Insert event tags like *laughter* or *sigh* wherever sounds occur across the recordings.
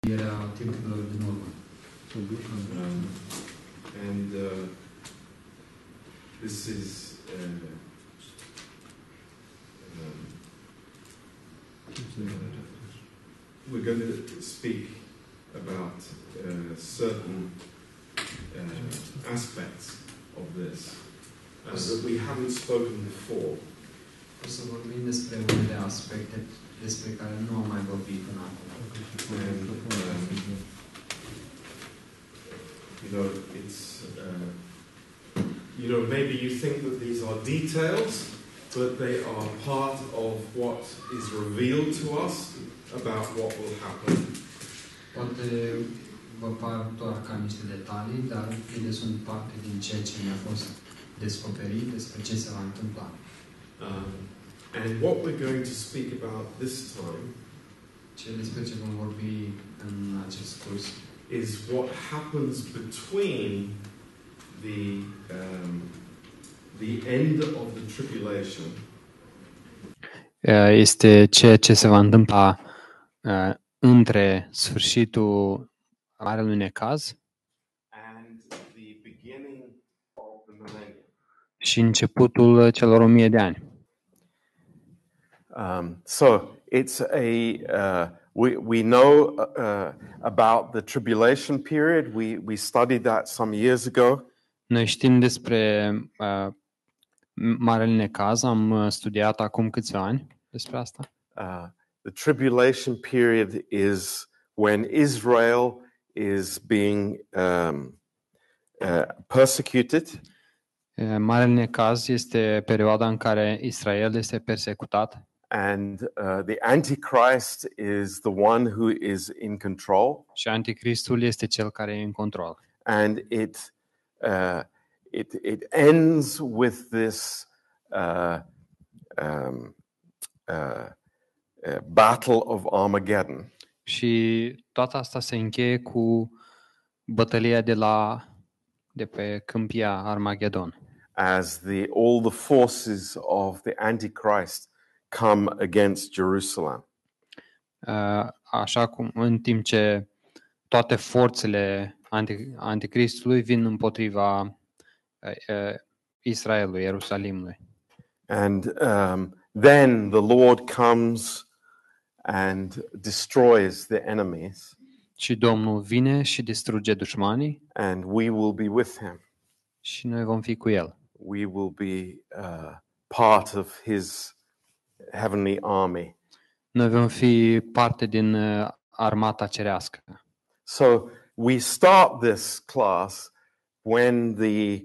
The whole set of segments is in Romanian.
cred că de la din urmă. Um, and uh, this is uh, um, we're going to speak about uh, certain uh, aspects of this uh, that we haven't spoken before. O să vorbim despre unele aspecte despre care nu am mai vorbit până acum. You know, it's uh, you know maybe you think that these are details, but they are part of what is revealed to us about what will happen. Poate vă par doar ca niște detalii, dar ele sunt parte din ceea ce mi-a fost descoperit despre ce se va întâmpla. Um, and what we're going to speak about this time Ce despre ce vom vorbi în acest curs is what happens between the um, the end of the tribulation Uh, este ceea ce se va întâmpla uh, între sfârșitul marelui necaz and the beginning of the millennium. și începutul uh, celor o mie de ani. Um, so it's a uh, we we know uh, about the tribulation period. We we studied that some years ago, Noi știm despre uh, marele necaz, am uh, studiat acum câțiva ani despre asta. uh, the tribulation period is when Israel is being um, uh, persecuted, Uh, Marele necaz este perioada în care Israel este persecutat and uh, the Antichrist is the one who is in control, și anticristul este cel care e în control. and it uh, it it ends with this uh, um, uh, uh, battle of Armageddon. Și toată asta se încheie cu bătălia de la de pe câmpia Armagedon, as the all the forces of the antichrist come against jerusalem Uh, așa cum în timp ce toate forțele anti- anticristului vin împotriva uh, uh, Israelului, Ierusalimului. and um, then the lord comes and destroys the enemies Și Domnul vine și distruge dușmanii and we will be with him și noi vom fi cu el. we will be uh, part of his heavenly army Noi vom fi parte din uh, armata cerească. so we start this class when the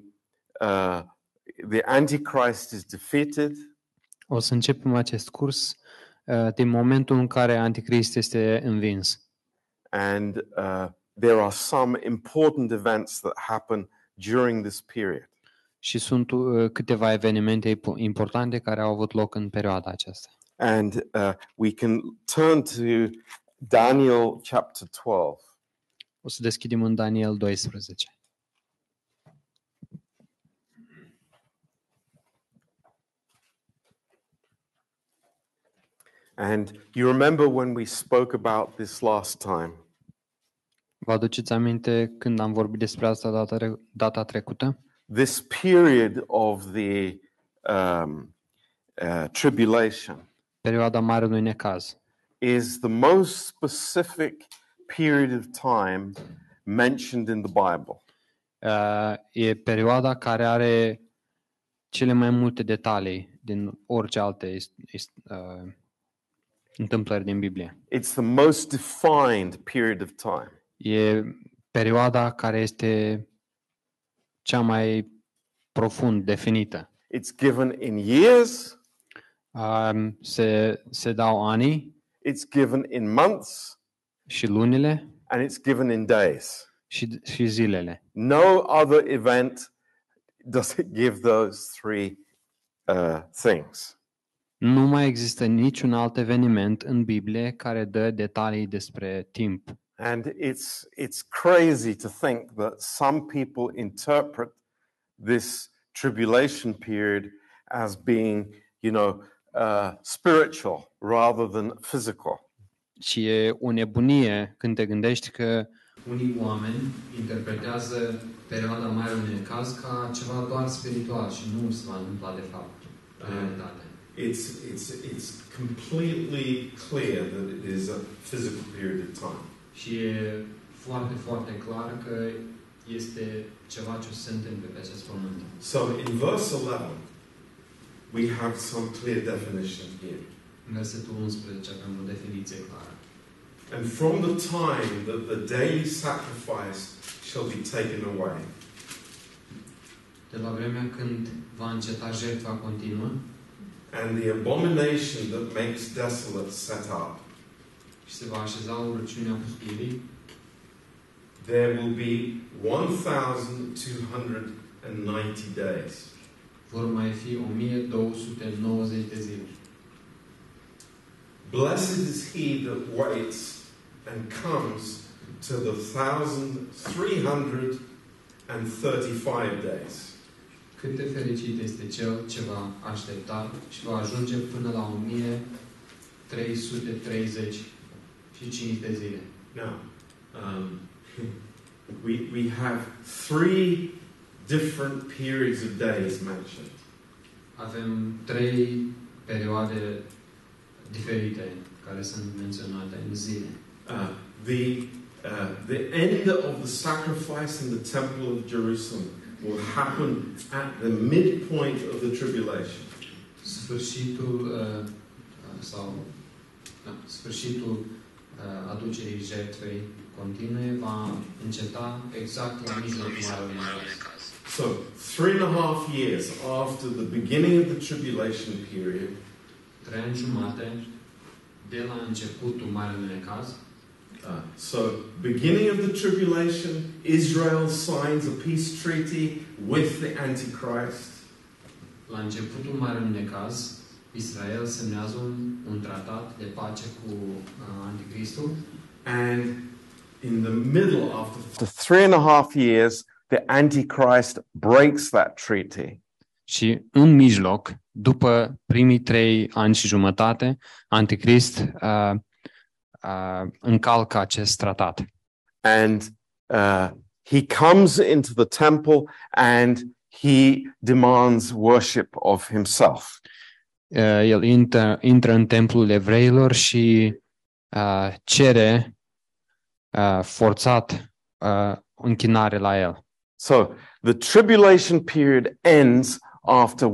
uh, the antichrist is defeated O să începem acest curs uh, din momentul în care anticrist este învins. and uh, there are some important events that happen during this period. și sunt uh, câteva evenimente impo- importante care au avut loc în perioada aceasta. And uh, we can turn to Daniel chapter 12. O să deschidem în Daniel 12. And you remember when we spoke about this last time, Vă aduceți aminte când am vorbit despre asta data, re- data trecută? this period of the um, uh, tribulation Perioada Marelui Necaz is the most specific period of time mentioned in the Bible. uh, e perioada care are cele mai multe detalii din orice alte is- is- uh, întâmplări din Biblie. It's the most defined period of time. E perioada care este cea mai profund definită. It's given in years, Um, se, se dau anii it's given in months, și lunile and it's given in days. și, și zilele. No other event does it give those three uh, things. Nu mai există niciun alt eveniment în Biblie care dă detalii despre timp. And it's, it's crazy to think that some people interpret this tribulation period as being, you know, uh, spiritual rather than physical. Și e o nebunie când te gândești că Unii oameni interpretează perioada Marelui Necaz ca ceva doar spiritual și nu se va întâmpla de fapt Da. în realitate. It's, it's, it's completely clear that it is a physical period of time. Și e foarte, foarte clar că este ceva ce se întâmplă pe acest pământ. So in verse 11, we have some clear definition here. În versetul 11 avem o definiție clară. And from the time that the daily sacrifice shall be taken away, De la vremea când va înceta jertfa continuă and the abomination that makes desolate set up, și se va așeza o urăciune a pustirii, there will be 1,290 days. vor mai fi 1290 de zile. Blessed is he that waits and comes to the 1,335 days. Cât de fericit este cel ce va aștepta și va ajunge până la 1335 de zile. Now, um, *laughs* we, we have three different periods of days mentioned. Avem trei perioade diferite care sunt menționate în zile. Uh, the, uh, the end of the sacrifice in the temple of Jerusalem will happen at the midpoint of the tribulation. Sfârșitul uh, uh, sau da, sfârșitul uh, aducerii jertfei continue va înceta exact la mijlocul marelui necaz. So, three and a half years after the beginning of the tribulation period, Trei ani jumate de la începutul marelui necaz uh, so beginning of the tribulation, Israel signs a peace treaty with the Antichrist. La începutul marelui necaz, Israel semnează un, un tratat de pace cu uh, anticristul And in the middle, after After three and a half years, the Antichrist breaks that treaty. și în mijloc, după primii trei ani și jumătate, Anticrist uh, uh, încalcă acest tratat. And uh, he comes into the temple and he demands worship of himself. Uh, el intră, intră în templul evreilor și uh, cere uh, forțat uh, închinare la el. So the tribulation period ends after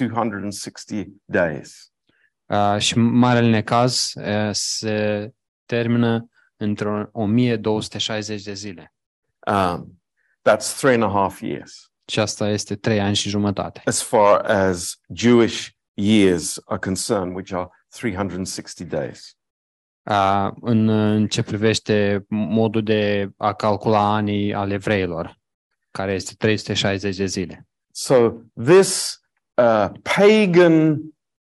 1,260 days. Uh, și marele necaz uh, se termină într-o 1260 de zile. Um, that's three and a half years Și asta este trei ani și jumătate. as far as Jewish years are concerned, which are 360 days. Uh, în, în ce privește modul de a calcula anii al evreilor, care este 360 de zile. So this uh, pagan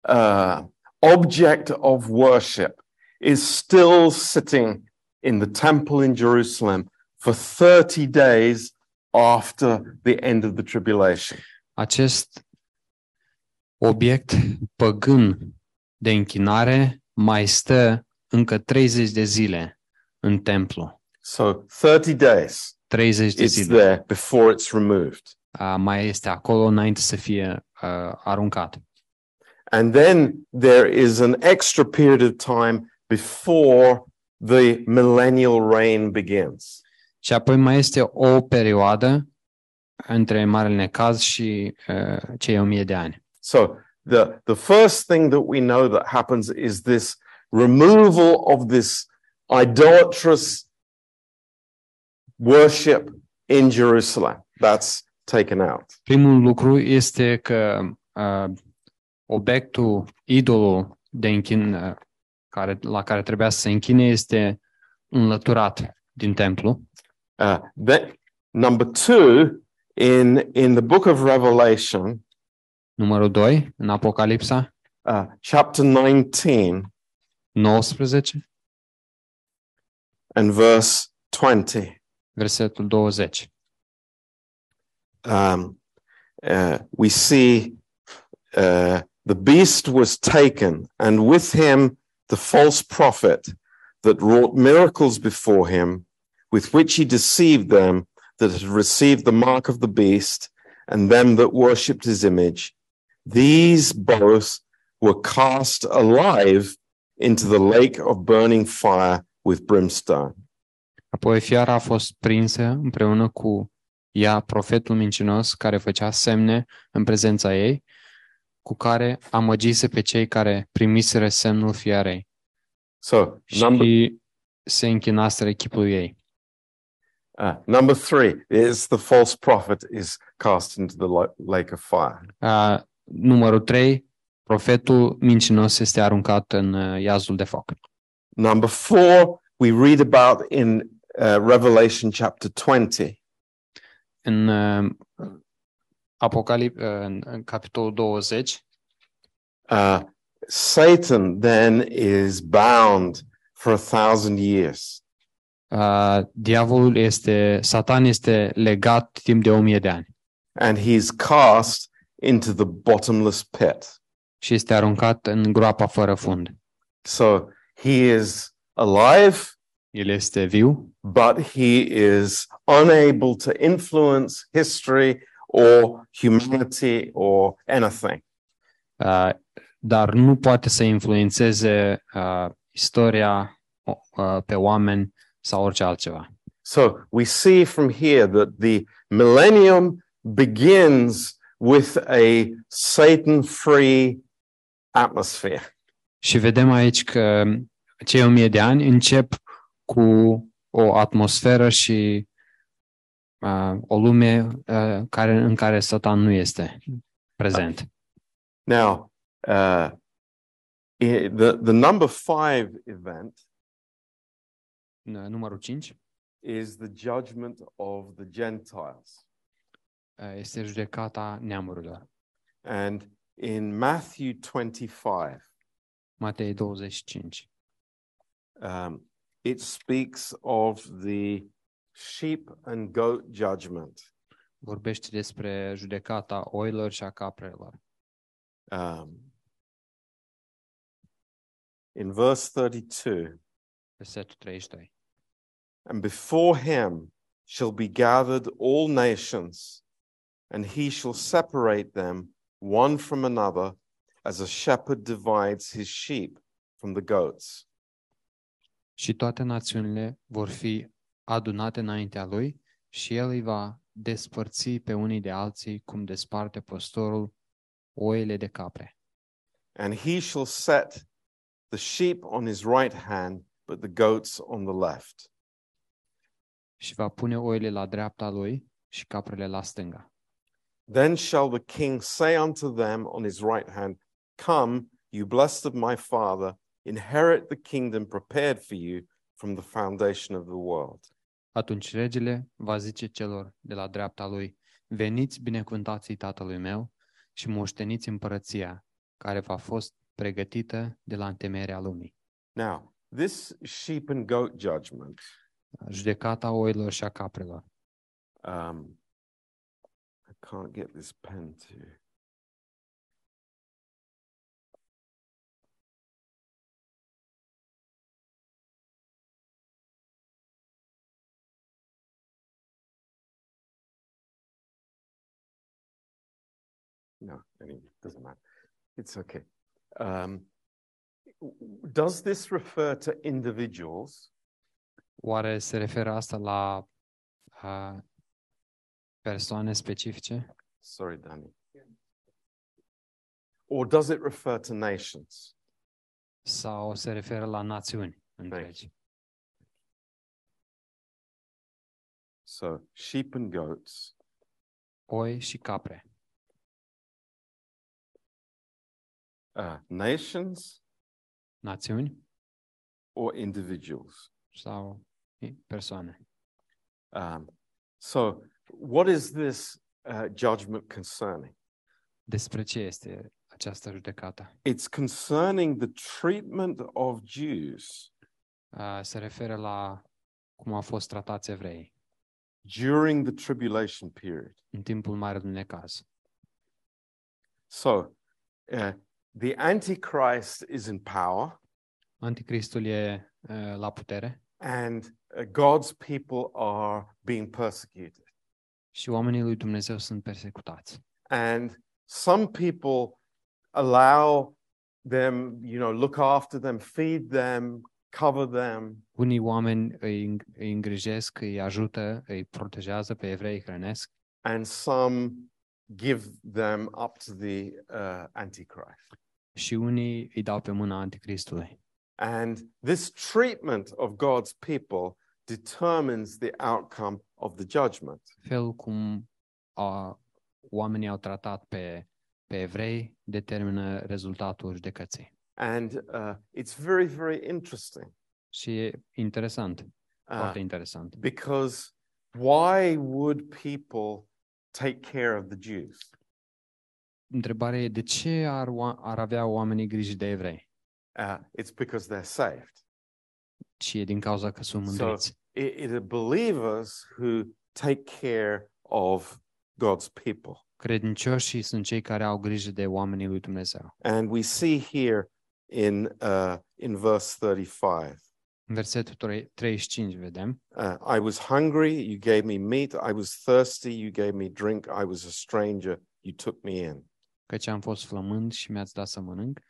uh, object of worship is still sitting in the temple in Jerusalem for 30 days after the end of the tribulation. Acest obiect păgân de închinare mai stă încă 30 de zile în templu. So 30 days 30 de it's zile there before it's removed. uh, mai este acolo înainte să fie uh, aruncat. And then there is an extra period of time before the millennial reign begins. Și apoi mai este o perioadă între Marele Necaz și uh, cei 1000 de ani. So the, the first thing that we know that happens is this removal of this idolatrous worship in Jerusalem. That's taken out. Primul lucru este că uh, obiectul, idolul de închin, uh, care, la care trebuia să se închine este înlăturat din templu. Uh, that, number two, in, in the book of Revelation, Numărul 2, în Apocalipsa uh, chapter 19 19, and verse 20. versetul 20. um, uh, we see uh, the beast was taken, and with him the false prophet that wrought miracles before him, with which he deceived them that had received the mark of the beast and them that worshipped his image. These both were cast alive into the lake of burning fire with brimstone. Apoi fiara a fost prinsă împreună cu ea profetul mincinos care făcea semne în prezența ei, cu care amăgise pe cei care primiseră semnul fiarei So, number, și se închinaseră chipului ei. uh, number three is the false prophet is cast into the lo- lake of fire. A, numărul 3, profetul mincinos este aruncat în uh, iazul de foc. Number four, we read about in uh, Revelation chapter 20. În uh, Apocalip, uh, în, în capitolul 20, Uh, Satan then is bound for a thousand years. uh, diavolul este, satan este legat timp de o mie de ani and he's cast into the bottomless pit. și este aruncat în groapa fără fund. So he is alive, El este viu, but he is unable to influence history or humanity or anything. uh, dar nu poate să influențeze uh, istoria uh, pe oameni sau orice altceva. So we see from here that the millennium begins with a Satan free atmosphere. Și vedem aici că cei o mie de ani încep cu o atmosferă și uh, o lume uh, care, în care Satan nu este prezent. Now, uh, i- the, the number five event Numărul 5 is the judgment of the Gentiles. este judecata neamurilor. And in Matthew 25, Matei 25. um, it speaks of the sheep and goat judgment. Vorbește despre judecata oilor și a caprelor. Um, in verse 32, Versetul 32. and before him shall be gathered all nations, and he shall separate them one from another, as a shepherd divides his sheep from the goats. și toate națiunile vor fi adunate înaintea lui și el îi va despărți pe unii de alții cum desparte păstorul oile de capre. and he shall set the sheep on his right hand, but the goats on the left. Și va pune oile la dreapta lui și caprele la stânga. Then shall the king say unto them on his right hand, Come, you blessed of my father, inherit the kingdom prepared for you from the foundation of the world. Atunci regele va zice celor de la dreapta lui, veniți binecuvântații tatălui meu și moșteniți împărăția care v-a fost pregătită de la întemeierea lumii. Now, this sheep and goat judgment Judecata oilor și a caprelor. Um, I can't get this pen to. No, anyway, doesn't matter. It's okay. Um, does this refer to individuals? Oare se referă asta la a, persoane specifice Sorry, Danny. Or does it refer to nations? sau se referă la națiuni întregi? So sheep and goats. Oi și capre. uh, nations Națiuni or individuals. sau i- persoane. Um, so, what is this uh, judgment concerning? Despre ce este această judecată? It's concerning the treatment of Jews A, se referă la cum au fost tratați evreii during the tribulation period. în timpul marelui necaz. So, uh, the Antichrist is in power, Anticristul e uh, la putere and uh, God's people are being persecuted. și oamenii lui Dumnezeu sunt persecutați. And some people allow them, you know, look after them, feed them, cover them. Unii oameni îi, îng- îi îngrijesc, îi ajută, îi protejează pe evrei, îi hrănesc and some give them up to the uh, Antichrist. și unii îi dau pe mâna anticristului. And this treatment of God's people determines the outcome of the judgment. Felul cum a, oamenii au tratat pe, pe evrei determină rezultatul judecății. And uh, it's very, very interesting Și e interesant, uh, foarte interesant. because why would people take care of the Jews? Întrebarea e de ce ar, oa- ar avea oamenii grijă de evrei? Uh, it's because they're saved. Și e din cauza că sunt So- mândriți. It, it are believers who take care of God's people. Credincioșii sunt cei care au grijă de oamenii lui Dumnezeu. And we see here in, uh, in verse 35 În versetul tre- 35 vedem, uh, I was hungry, you gave me meat. I was thirsty, you gave me drink. I was a stranger, you took me in. căci am fost flămând și mi-ați dat să mănânc,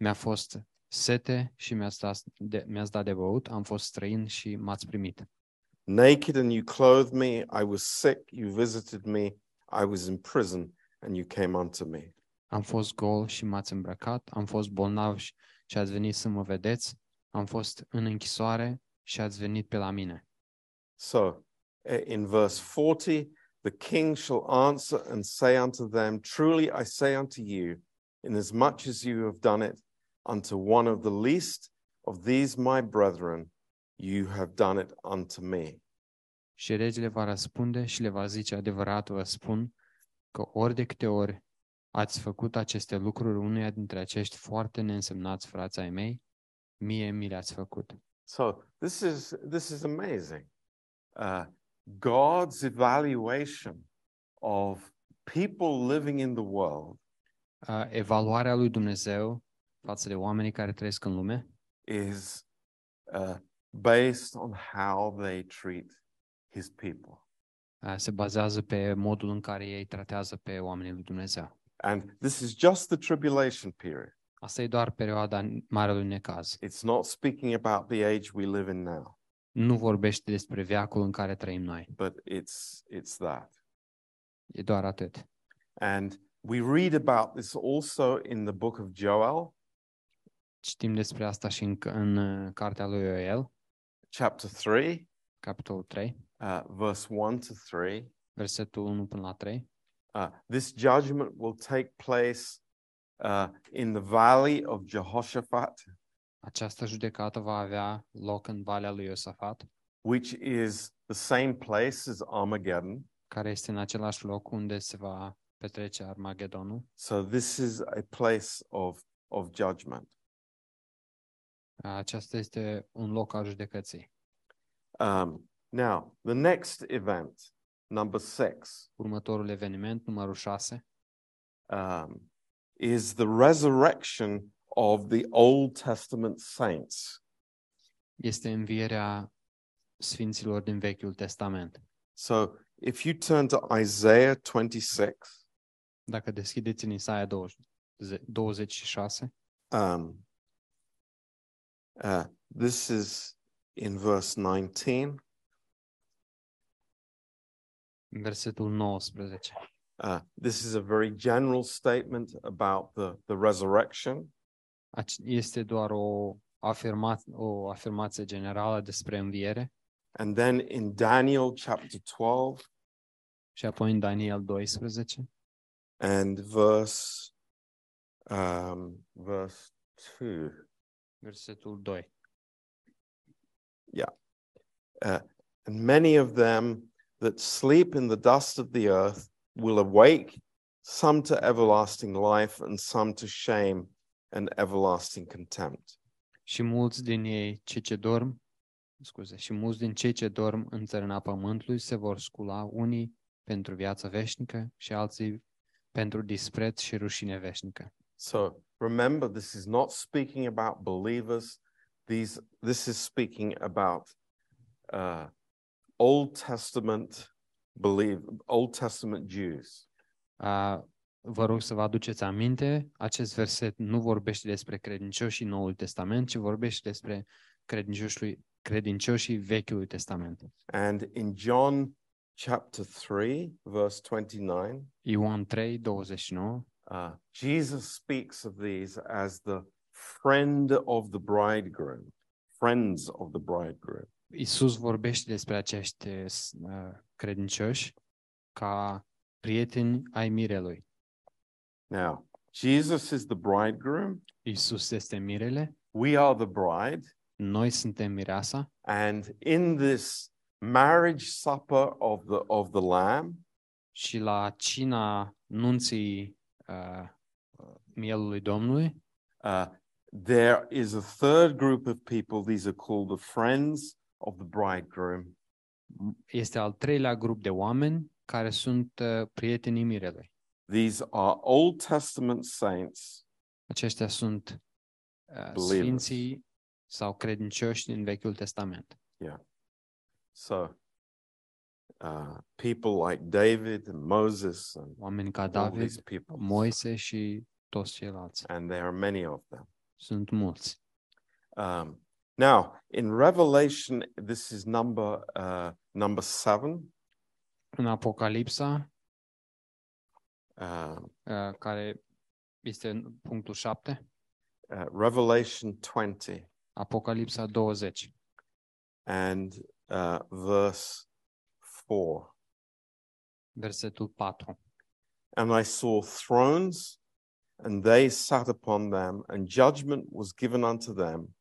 mi-a fost sete și mi-ați dat de, mi-ați dat de băut, am fost străin și m-ați primit. Naked and you clothed me. I was sick, you visited me. I was in prison and you came unto me. Am fost gol și m-ați îmbrăcat, am fost bolnav și, și ați venit să mă vedeți, am fost în închisoare și ați venit pe la mine. So uh, in verse 40, the king shall answer and say unto them, Truly I say unto you, inasmuch as you have done it unto one of the least of these my brethren, you have done it unto me. Și regele va răspunde și le va zice adevărat, vă spun că ori de câte ori ați făcut aceste lucruri unuia dintre acești foarte neînsemnați frații ai mei, mie mi le-ați făcut. So this is this is amazing. Uh, God's evaluation of people living in the world Uh, evaluarea lui Dumnezeu față de oamenii care trăiesc în lume is uh, based on how they treat His people. uh, se bazează pe modul în care ei tratează pe oamenii lui Dumnezeu. And this is just the tribulation period. Asta e doar perioada marelui necaz. It's not speaking about the age we live in now, Nu vorbește despre veacul în care trăim noi. but it's it's that. E doar atât. And we read about this also in the book of Joel, Citim despre asta și în, în uh, cartea lui Ioel, chapter 3, capitolul 3, uh, verse 1 to 3. versetul 1 până la 3. Uh, this judgment will take place uh, in the valley of Jehoshaphat, Această judecată va avea loc în Valea lui Iosafat, which is the same place as Armageddon. care este în același loc unde se va petrece Armagedonul. So this is a place of of judgment. Aceasta este un loc al judecății. Um, now, the next event, number six, Următorul eveniment, numărul 6, um, is the resurrection of the Old Testament saints. este învierea sfinților din Vechiul Testament. So if you turn to Isaiah 26, Dacă deschideți în Isaia 20, 26, Um, uh, this is in verse 19. în versetul 19, Uh, this is a very general statement about the, the resurrection. ace- este doar o, afirma, o afirmație generală despre înviere And then in Daniel chapter 12 și apoi în Daniel 12, and verse, um, verse 2, versetul 2. and many of them that sleep in the dust of the earth will awake, some to everlasting life and some to shame and everlasting contempt. Și mulți din ei cei ce dorm, scuze, și mulți din cei ce dorm în țărâna pământului se vor scula unii pentru viața veșnică și alții pentru dispreț și rușine veșnică. So remember, this is not speaking about believers. These, this is speaking about uh, Old Testament believe Old Testament Jews. Uh, Vă rog să vă aduceți aminte, acest verset nu vorbește despre credincioșii Noului Testament, ci vorbește despre credincioșii, credincioșii Vechiului Testament. And in John chapter 3, verse 29, Ioan 3, 29, uh, Jesus speaks of these as the friend of the bridegroom, friends of the bridegroom. Iisus vorbește despre acești uh, credincioși ca prieteni ai mirelui. Now, Jesus is the bridegroom, Iisus este mirele, we are the bride, noi suntem mireasa and in this marriage supper of the of the lamb, și la cina nunții uh, mielului Domnului uh, there is a third group of people. These are called the friends of the bridegroom, este al treilea grup de oameni care sunt uh, prietenii mirelui. These are Old Testament saints, Aceștia sunt uh, Believers. sfinții sau credincioși din Vechiul Testament. so uh, people like David and Moses and Oameni ca all these David, people, Moise și toți ceilalți. and there are many of them. Sunt mulți. Um, now, in Revelation, this is number uh, number seven, În Apocalipsa, um, uh, care este în punctul 7, uh, Revelation twenty Apocalipsa 20, and uh, verse four. versetul 4. And I saw thrones, and they sat upon them, and judgment was given unto them.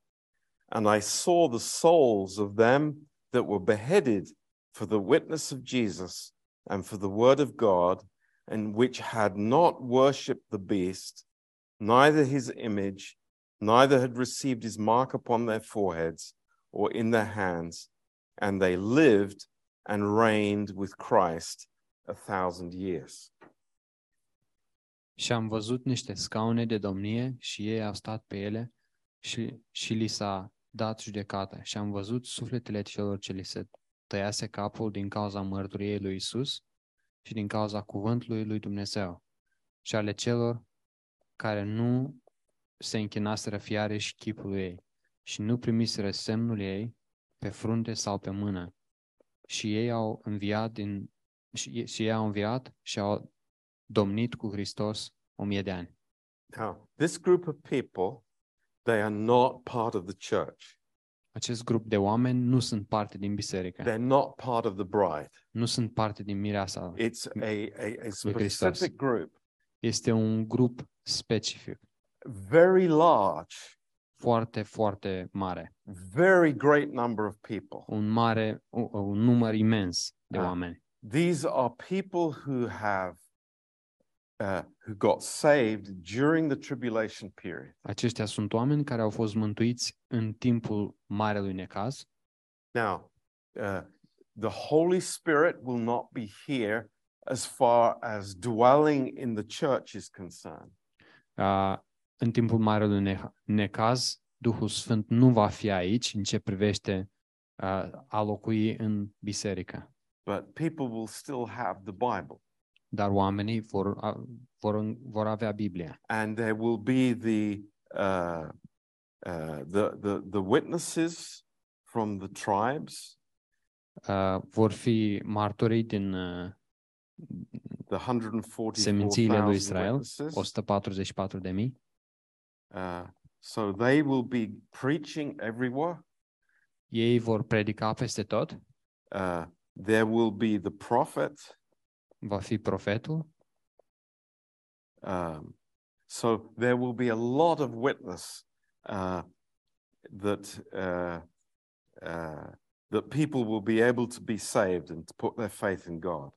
And I saw the souls of them that were beheaded for the witness of Jesus and for the word of God, and which had not worshipped the beast, neither his image, neither had received his mark upon their foreheads or in their hands. And they lived and reigned with Christ a thousand years. Și am văzut niște scaune de domnie și ei au stat pe ele și, și li s-a dat judecată. Și am văzut sufletele celor ce li se tăiase capul din cauza mărturiei lui Isus și din cauza cuvântului lui Dumnezeu și ale celor care nu se închinaseră fiare și chipul ei și nu primiseră semnul ei pe frunte sau pe mână. Și ei au înviat din și, și ei au înviat și au domnit cu Hristos o mie de ani. Now, this group of people, they are not part of the church. Acest grup de oameni nu sunt parte din biserică, They're not part of the bride. nu sunt parte din mireasa. lui. It's a, a, a Christos. specific group, Este un grup specific, very large, foarte, foarte mare. very great number of people. Un mare, un, un număr imens de Da. oameni. These are people who have, uh, who got saved during the tribulation period. Aceștia sunt oameni care au fost mântuiți în timpul marelui necaz. Now, uh, the Holy Spirit will not be here as far as dwelling in the church is concerned. Uh, în timpul marelui neha- necaz, Duhul Sfânt nu va fi aici în ce privește uh, a locui în biserică. but people will still have the Bible. dar oamenii vor, a- vor, vor avea Biblia And there will be the uh, uh, the, the the witnesses from the tribes, Uh, vor fi martorii din uh, the 144,000 semințiile lui Israel, witnesses. 144 de mii, Uh, so they will be preaching everywhere. ei vor predica peste tot, Uh, there will be the prophet. va fi profetul, Um, so there will be a lot of witness uh, that uh, uh, that people will be able to be saved and to put their faith in God.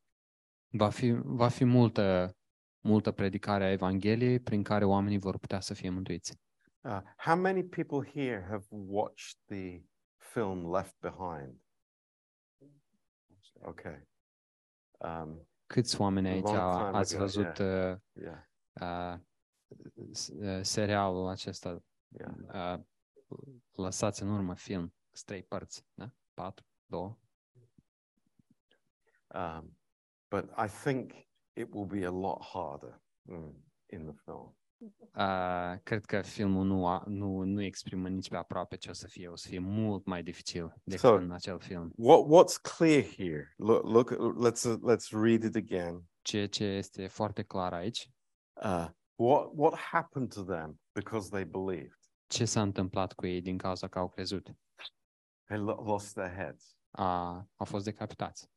va fi, va fi multă, multă predicare a Evangheliei prin care oamenii vor putea să fie mântuiți. Uh, how many people here have watched the film Left Behind? Okay. Um, Câți oameni aici Long a- time ați ago, văzut uh, yeah, uh, s- uh, serialul acesta, yeah. uh, lăsați în urmă film, sunt trei părți, da? Patru, două. Um, but I think it will be a lot harder mm, in the film. Uh, cred că filmul nu, a, nu, nu exprimă nici pe aproape ce o să fie. O să fie mult mai dificil decât So- în acel film. What what's clear here? Look look let's uh, let's read it again. Ceea ce este foarte clar aici, Uh, what what happened to them because they believed? ce s-a întâmplat cu ei din cauza că au crezut? They lo- lost their heads. A, au fost decapitați.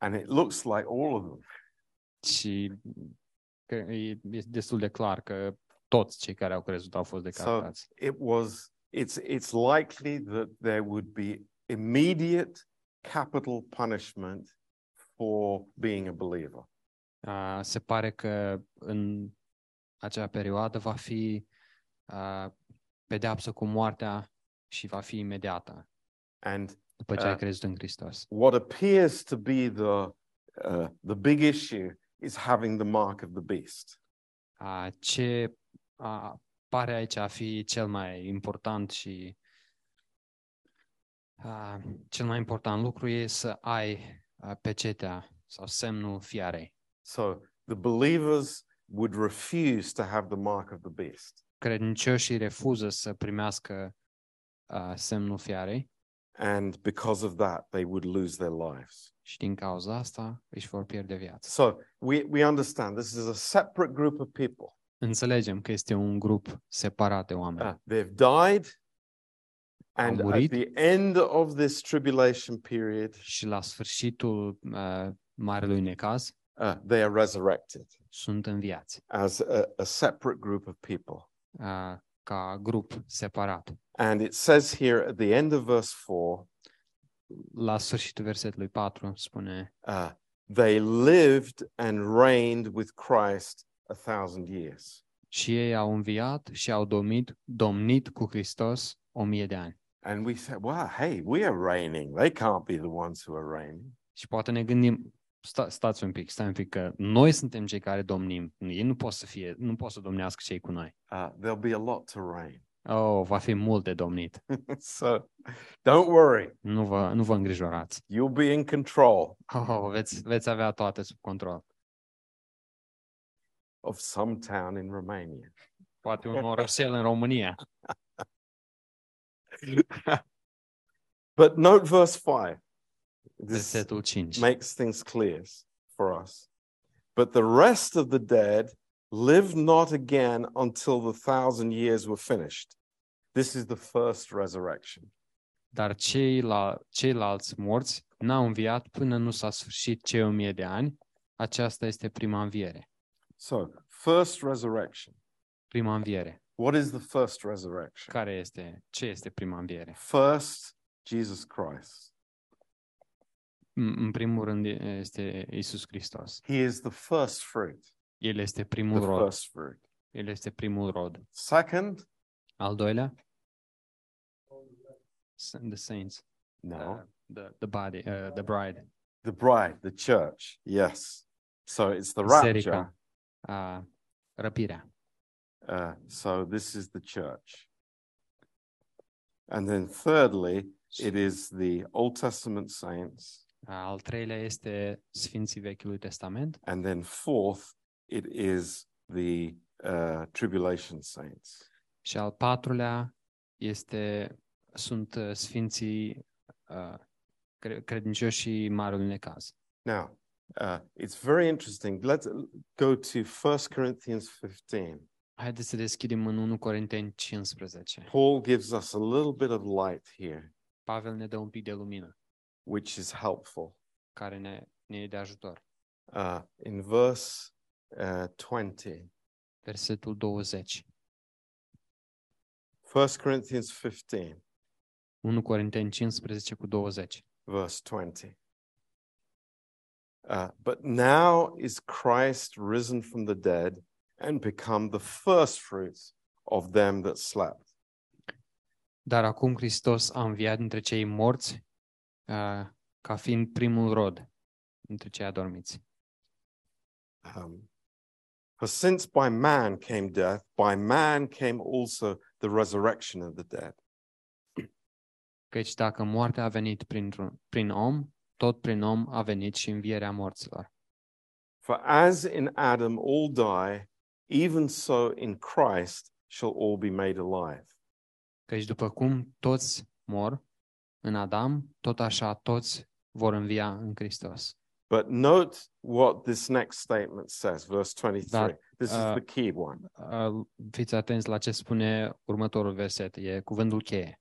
And it looks like all of them Și că e, e destul de clar că toți cei care au crezut au fost decapitați. it was it's it's likely that there would be immediate capital punishment for being a believer Uh, se pare că în acea perioadă va fi uh, pedeapsă cu moartea și va fi imediată and după ce ai Da. crezut în Hristos. what appears to be the uh, the big issue is having the mark of the beast Uh, ce uh, pare aici a fi cel mai important și uh, cel mai important lucru e să ai uh, pecetea sau semnul fiarei. so the believers would refuse to have the mark of the beast Credincioșii refuză să primească uh, semnul fiarei and because of that they would lose their lives și din cauza asta își vor pierde viața. so we we understand this is a separate group of people Înțelegem că este un grup separat de oameni. Ah, they've died. And murit. at the end of this tribulation period, Și la sfârșitul uh, marelui necaz uh, they are resurrected sunt înviați as a, a separate group of people. uh, ca grup separat. And it says here at the end of verse 4 La sfârșitul versetului 4 spune uh, they lived and reigned with Christ a thousand years. și ei au înviat și au domnit, domnit cu Hristos o mie de ani. And we said, wow, hey, we are reigning. They can't be the ones who are reigning. Și poate ne gândim, sta, stați un pic, stați un pic, că noi suntem cei care domnim. Ei nu pot să fie, nu pot să domnească cei cu noi. Uh, there'll be a lot to reign. Oh, va fi mult de domnit. *laughs* so don't worry, Nu vă, nu vă îngrijorați. you'll be in control Oh, veți, veți avea toate sub control. of some town in Romania. Poate un orășel în România. But note verse 5. This Versetul 5. makes things clear for us. But the rest of the dead lived not again until the thousand years were finished. This is the first resurrection. Dar cei la, ceilalți morți n-au înviat până nu s-a sfârșit cei o mie de ani. Aceasta este prima înviere. So, first resurrection. Prima înviere. What is the first resurrection? Care este? Ce este prima înviere? First, Jesus Christ. În în primul rând este Isus Hristos. He is the first fruit. El este The primul rod. first fruit. El este primul rod. Second, Al doilea? S- The saints. no, Uh, the, the body, uh, the bride. the bride, the church. Yes. So, it's the rapture. Biserica. Uh, răpirea. Uh, so this is the church. And then thirdly, it is the Old Testament saints. Uh, Al treilea este Sfinții Vechiului Testament And then fourth, it is the uh, tribulation saints. și al patrulea este sunt uh, Sfinții uh, cre- credincioșii Marelui Necaz. Now, uh, it's very interesting. Let's go to 1 Corinthians 15. Haideți să deschidem în 1 Corinteni 15. Paul gives us a little bit of light here, Pavel ne dă un pic de lumină which is helpful. care ne, ne e de ajutor. Uh, in verse uh, 20, Versetul 20. 1 Corinthians 15, 1 Corinteni 15 cu 20. verse 20. Uh, but now is Christ risen from the dead and become the first fruits of them that slept. Dar acum Hristos a înviat dintre cei morți uh, ca fiind primul rod dintre cei adormiți. Um, For since by man came death, by man came also the resurrection of the dead. Căci dacă moartea a venit printr-un, prin om, tot prin om a venit și învierea morților. For as in Adam all die, even so in Christ shall all be made alive. Căci după cum toți mor în Adam, tot așa toți vor învia în Hristos. But note what this next statement says, verse 23. That, this is uh, the key one. Uh, Fiți atenți la ce spune următorul verset, e cuvântul cheie.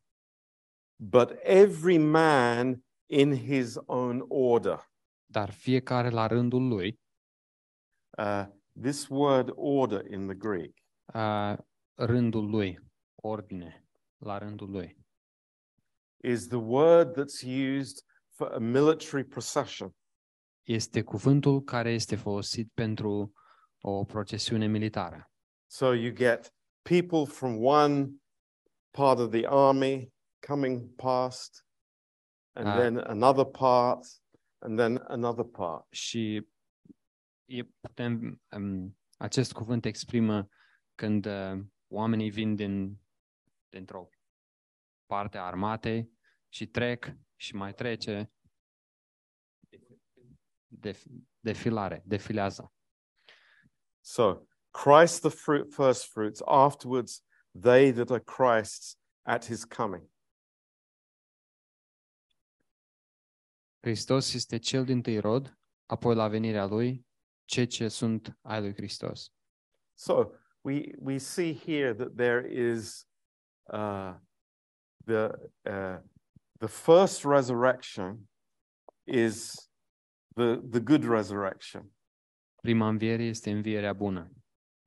But every man in his own order. Dar fiecare la rândul lui, Uh, this word order in the Greek uh, rândul lui, ordine, la rândul lui. is the word that's used for a military procession. Este cuvântul care este folosit pentru o procesiune militară. So you get people from one part of the army coming past, and Ah. then another part, and then another part. și e, putem, um, acest cuvânt exprimă când uh, oamenii vin din, dintr-o parte a armatei și trec și mai trece def, defilare, defilează. So Christ the fruit first fruits, afterwards they that are Christ's at his coming. Hristos este cel din tâi rod, apoi la venirea Lui, cei ce sunt ai Lui Hristos. So we we see here that there is uh, the uh, the first resurrection is the the good resurrection, Prima înviere este învierea bună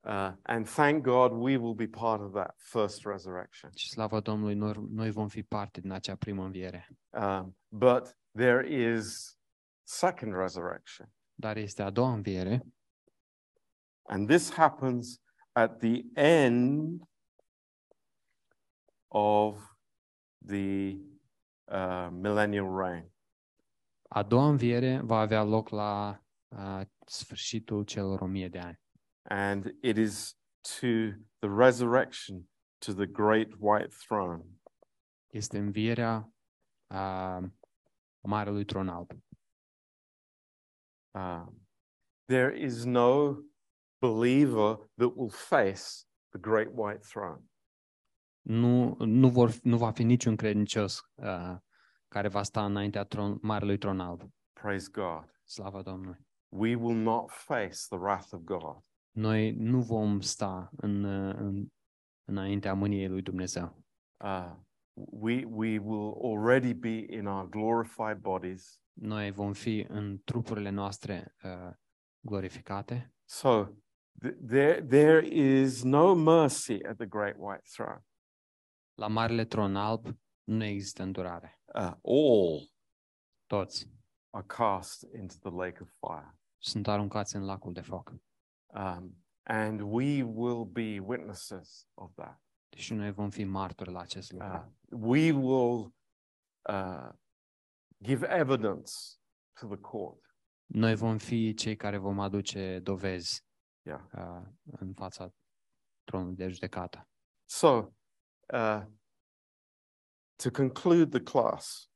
uh, and thank God we will be part of that first resurrection. și slavă Domnului, noi, noi vom fi parte din acea primă înviere. Um, but there is second resurrection, dar este a doua înviere and this happens at the end of the uh, millennial reign. A doua înviere va avea loc la uh, sfârșitul celor o mie de ani. and it is to the resurrection to the great white throne. Este învierea uh, Marelui Tron Alb. Um, there is no believer that will face the great white throne. Nu, nu, vor, nu va fi niciun credincios uh, care va sta înaintea tron, Marelui Tron Alb. Praise God. Slavă Domnului! We will not face the wrath of God. Noi nu vom sta în, uh, în, înaintea mâniei lui Dumnezeu. Uh, we, we will already be in our glorified bodies. Noi vom fi în trupurile noastre uh, glorificate, So th- there, there is no mercy at the great white throne. la Marele Tron Alb nu există îndurare. Uh, all Toți are cast into the lake of fire. sunt aruncați în lacul de foc. Um, and we will be witnesses of that. Și Deci noi vom fi martori la acest lucru. Uh, we will uh, give evidence to the court. Noi vom fi cei care vom aduce dovezi Yeah. uh, în fața tronului de judecată. So, uh, to conclude the class,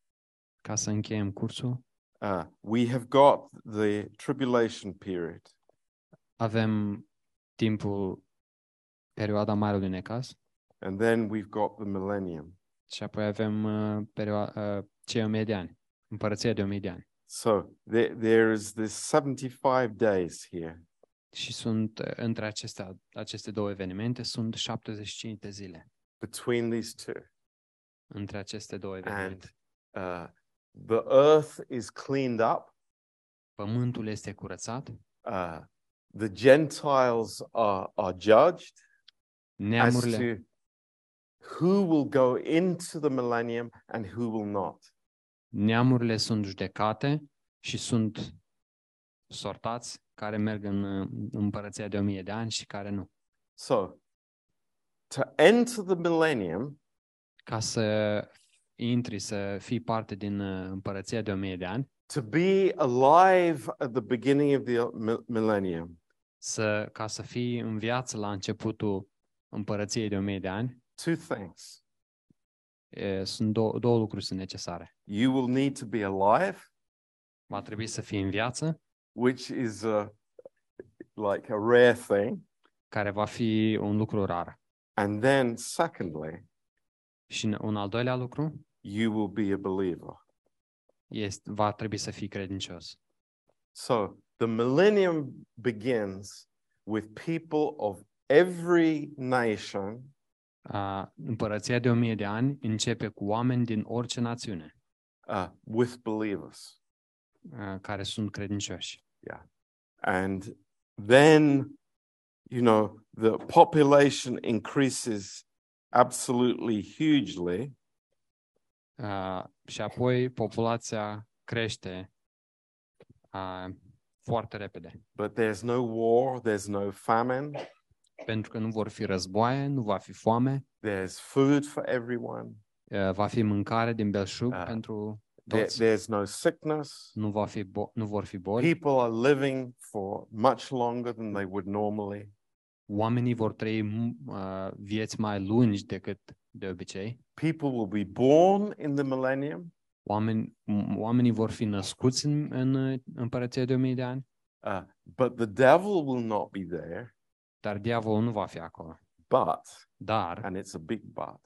Ca să încheiem cursul, uh, we have got the tribulation period, avem timpul, perioada Marelui Necas and then we've got the millennium. și apoi avem uh, perioada, uh, cei 1000 de ani, împărăția de 1000 de ani. So there, there is this 75 days here. Și sunt uh, între acestea, aceste două evenimente sunt 75 de zile Between these two, între aceste două and evenimente. uh, the earth is cleaned up, Pământul este curățat, uh, the Gentiles are, are judged as neamurile to who will go into the millennium and who will not. neamurile sunt judecate și sunt sortați care merg în uh, împărăția de o mie de ani și care nu. So, to enter the millennium, Ca să intri, să fii parte din uh, împărăția de o mie de ani, to be alive at the beginning of the mi- uh, millennium, să, ca să fii în viață la începutul împărăției de o mie de ani, Two things. e, sunt două, două lucruri sunt necesare. You will need to be alive, Va trebui să fii în viață, which is a, like a rare thing. care va fi un lucru rar. And then, secondly, Și în- un al doilea lucru, you will be a believer. este, va trebui să fii credincios. So the millennium begins with people of every nation A, Împărăția de o mie de ani începe cu oameni din orice națiune uh, with believers. a, care sunt credincioși. And then, you know, the population increases absolutely hugely. A, Și apoi populația crește a, foarte repede. But there's no war, there's no famine, Pentru că nu vor fi războaie, nu va fi foame, there's food for everyone, a, va fi mâncare din belșug Ah. pentru there, toți. there's no sickness. Nu, va fi bo- nu vor fi boli. People are living for much longer than they would normally. Oamenii vor trăi m- a, vieți mai lungi decât de obicei. People will be born in the millennium. Oameni, m- oamenii vor fi născuți în, în uh, împărăția de o mie de ani, Uh, but the devil will not be there. dar diavolul nu va fi acolo. But, Dar, and it's a big but,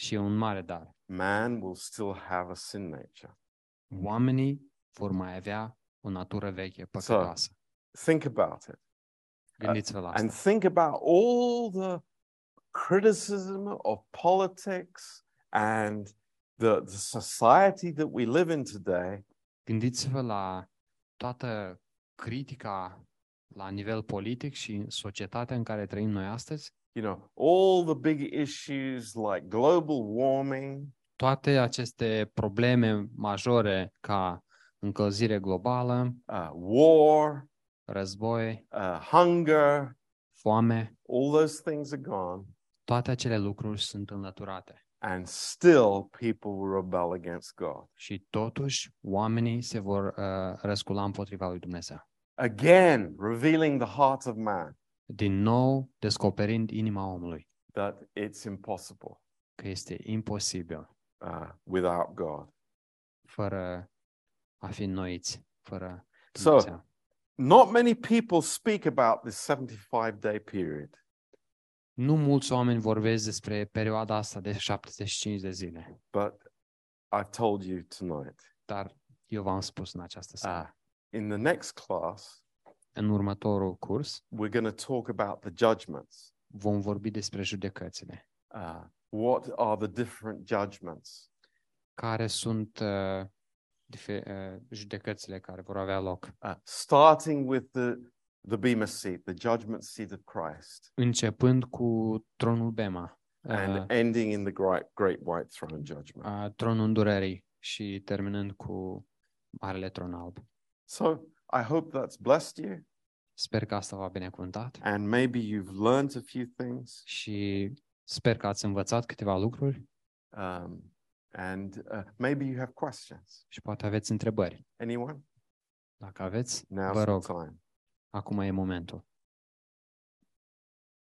și e un mare dar, man will still have a sin nature. oamenii vor mai avea o natură veche, păcătoasă. Think about it. Gândiți-vă la And asta. think about all the criticism of politics and the, the society that we live in today. Gândiți-vă la toată critica la nivel politic și societatea în care trăim noi astăzi, You know, all the big issues like global warming, toate aceste probleme majore ca încălzire globală, uh, war, război, uh, hunger, foame, all those things are gone. toate acele lucruri sunt înlăturate. And still people will rebel against God. Și totuși, oamenii se vor uh, răscula împotriva lui Dumnezeu. again revealing the heart of man Din nou, descoperind inima omului that it's impossible că este imposibil uh, without God. fără a fi noiți, fără So- Dumnezeu. Not many people speak about this 75 day period. Nu mulți oameni vorbesc despre perioada asta de 75 de zile, But I've told you tonight, dar eu v-am spus în această seară. uh, in the next class, În următorul curs we're going to talk about the judgments. vom vorbi despre judecățile. Uh, what are the different judgments? Care sunt uh, dife- uh, judecățile care vor avea loc? Uh, starting with the, the Bema seat, the judgment seat of Christ, Începând cu tronul Bema. and uh, ending in the great, great white throne judgment. a, tronul îndurării și terminând cu Marele Tron Alb. so I hope that's blessed you. Sper că asta v-a binecuvântat and maybe you've learned a few things. și sper că ați învățat câteva lucruri Um, and uh, maybe you have questions. și poate aveți întrebări. Anyone? Dacă aveți, Now's Baroque. the time. acum e momentul.